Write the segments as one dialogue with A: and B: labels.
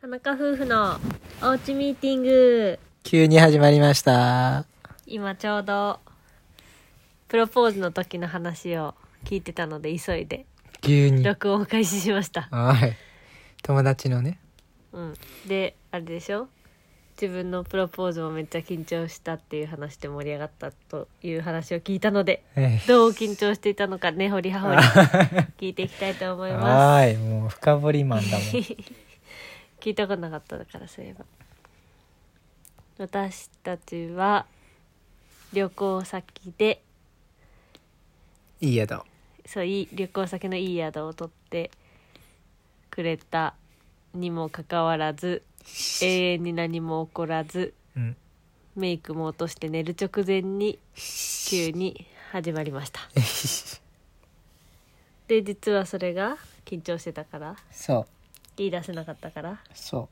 A: 田中夫婦のおうちミーティング
B: 急に始まりました。
A: 今ちょうどプロポーズの時の話を聞いてたので急いで
B: 急に。
A: 録音を開始しました
B: はい。友達のね。
A: うんであれでしょ自分のプロポーズもめっちゃ緊張したっていう話で盛り上がったという話を聞いたので
B: え
A: どう緊張していたのかねほりはほり聞いていきたいと思い
B: え
A: ま
B: はーい。もう深掘りマンだも ん。
A: す 聞いたことなかったからそういえば私たちは旅行先で
B: いい宿。
A: そういい旅行先のいい宿を取ってくれたにもかかわらず永遠に何も起こらず
B: うん。
A: メイクも落として寝る直前に急に始まりま したで実はそれが緊張してたから
B: そう。
A: 言い出せなかったから
B: そ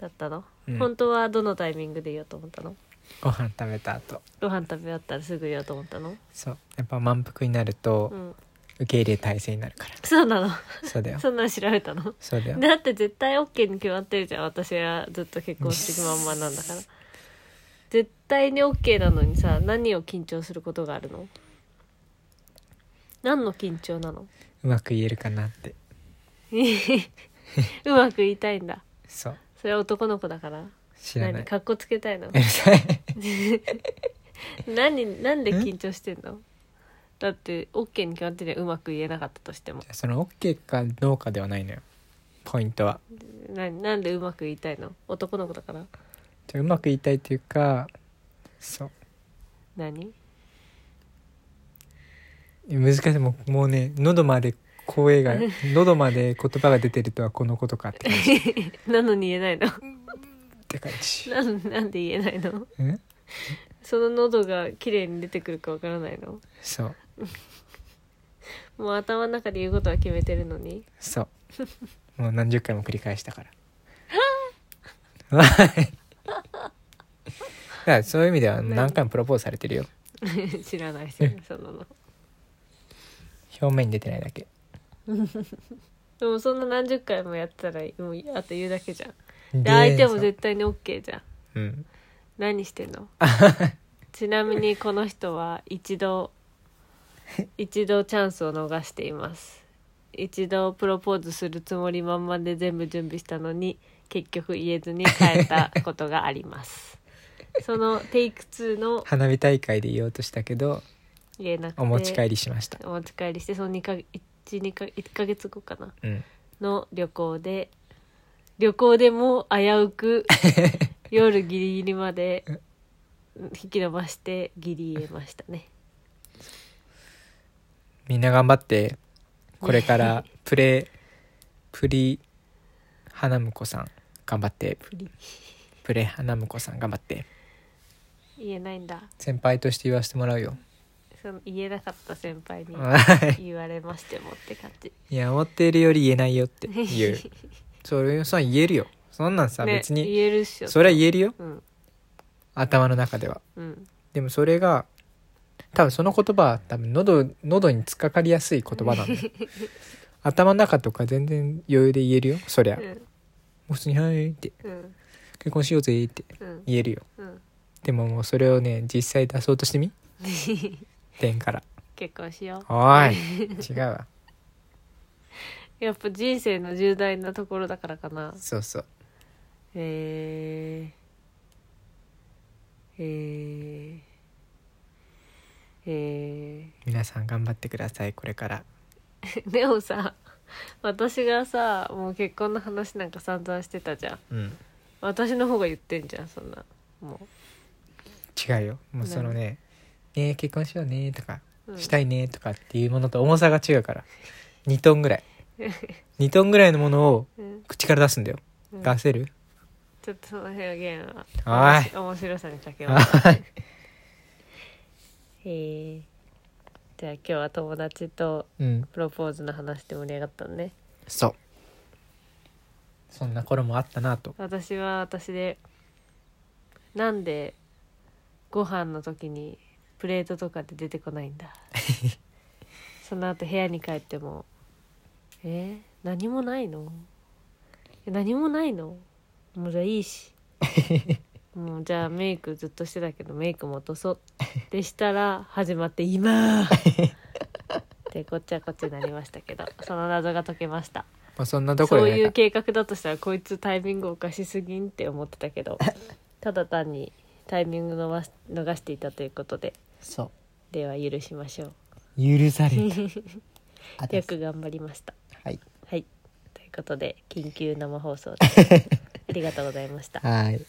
A: だったの、
B: うん
A: 本当はどのタイミングで言おうと思ったの
B: う。ご飯食べた後。
A: ご飯食べ終わったらすぐ言おうと思ったの
B: そう。やっぱ満腹になる
A: う
B: と、
A: ん
B: 受け入れ体制になるから。
A: そうなの
B: そうだよ。
A: そんなん調べたの
B: そうだよ。
A: だって絶対 OK に決まってるじゃん私はずっと結婚してるまんまなんだから絶対に OK なのにさ何を緊張することがあるの何の緊張な の
B: うまく言えるかなって。
A: うまく言いたいんだ
B: そう。
A: それは男の子だから
B: 知らな
A: 何
B: い。
A: かっこつけたいの
B: うるさい。
A: 何なんで緊張してんのだって OK に決まってるようまく言えなかったとしても
B: その OK かどうかではないのよ。ポイントは。
A: ななんでうまく言いたいの男の子だから
B: じゃあうまく言いたいというか、そう。
A: 何
B: 難しいもうもうね喉まで声が喉まで言葉が出てるとはこのことかって感じ
A: なのに言えないの
B: って感じ
A: なんなんで言えないの
B: うん
A: その喉が綺麗に出てくるかわからないの
B: そう
A: もう頭の中で言うことは決めてるのに
B: そうもう何十回も繰り返したからはいだからそういう意 味では何回もプロポーズされてるよ
A: 知らないしそんなの
B: 表面に出てないだけ
A: でもそんな何十回もやったらもうあと言うだけじゃんで
B: で
A: 相手も絶対に OK じゃん
B: そううん
A: 何してん のちなみにこの人は一 度一度チャンスを逃しています一度プロポーズするつもり満々で全部準備したのに結局言えずに帰ったことがあります そのテイク2の
B: 花火大会で言おうとしたけど
A: 言えなくて
B: お持ち帰りしました
A: お持ち帰りしてその2か月1か1ヶ月後かな
B: うん
A: の旅行で旅行でも危う く夜ギリギリまで引き伸ばしてギリ言えましたね
B: みんな頑張ってこれからプレプリ花婿さん頑張って
A: プリ
B: プレ花婿さん頑張って
A: 言えないんだ
B: 先輩として言わせてもら うよ
A: その言えなかった先輩に
B: は
A: 言われましてもって感じ
B: いいや思っているより言えないよって 言うそれそれは言えるよそんなんさ、
A: ね
B: 別に
A: 言えるっしょ
B: それは言えるよ
A: うん
B: 頭の中では
A: うん
B: でもそれが多分その言葉は多分喉喉に突っかかりやすい言葉な んだよ頭の中とか全然余裕で言えるよそりゃ、
A: う
B: も
A: ん
B: う普通に「はい」って
A: うん
B: 「結婚しようぜ」って
A: うん
B: 言えるよ
A: うん
B: でももうそれをね実際出そうと してみ点から
A: 結婚しよう
B: おー い違うわ
A: やっぱ人生の重大なところだからかな
B: そうそう
A: へえへえ へ
B: 皆さん頑張ってくださいこれから
A: えでもさ私がさもう結婚の話なんか散々してたじゃん
B: うん
A: 私の方が言ってんじゃんそんなも
B: 違うよもうそのね「ねえ結婚しようね」とか
A: う、う
B: 「
A: ん
B: したいね」とかっていうものと重さが違うから2トンぐらい2トンぐらいのものを
A: うん
B: 口から出すんだよ
A: うん
B: 出せる
A: ちょっとその表現は
B: はーい
A: 面白さにかけます
B: はい
A: へえじゃあ今日は友達と
B: うん
A: プロポーズの話で盛り上がったのね
B: そうそんな頃もあったなと
A: 私は私でなんでご飯の時にプレートとかで出てこないんだその後部屋に帰っても「えー何もないのえ何もないのもうじゃあいいしもうじゃあメイクずっとしてたけどメイクも落とそうでしたら始まって「今!」でこっちはこっちになりましたけどその謎が解けました
B: まあそんなと
A: そ
B: こ
A: う
B: ろで
A: い
B: な
A: う
B: んか
A: 計画だとしたらこいつタイミングおかしすぎんって思ってたけどただ単にタイミングのわ逃していたということで
B: そう
A: では許しましょう
B: 許され たあで
A: よ
B: す
A: く頑張りました
B: はい
A: はいということで緊急生放送ですありがとうございました
B: はい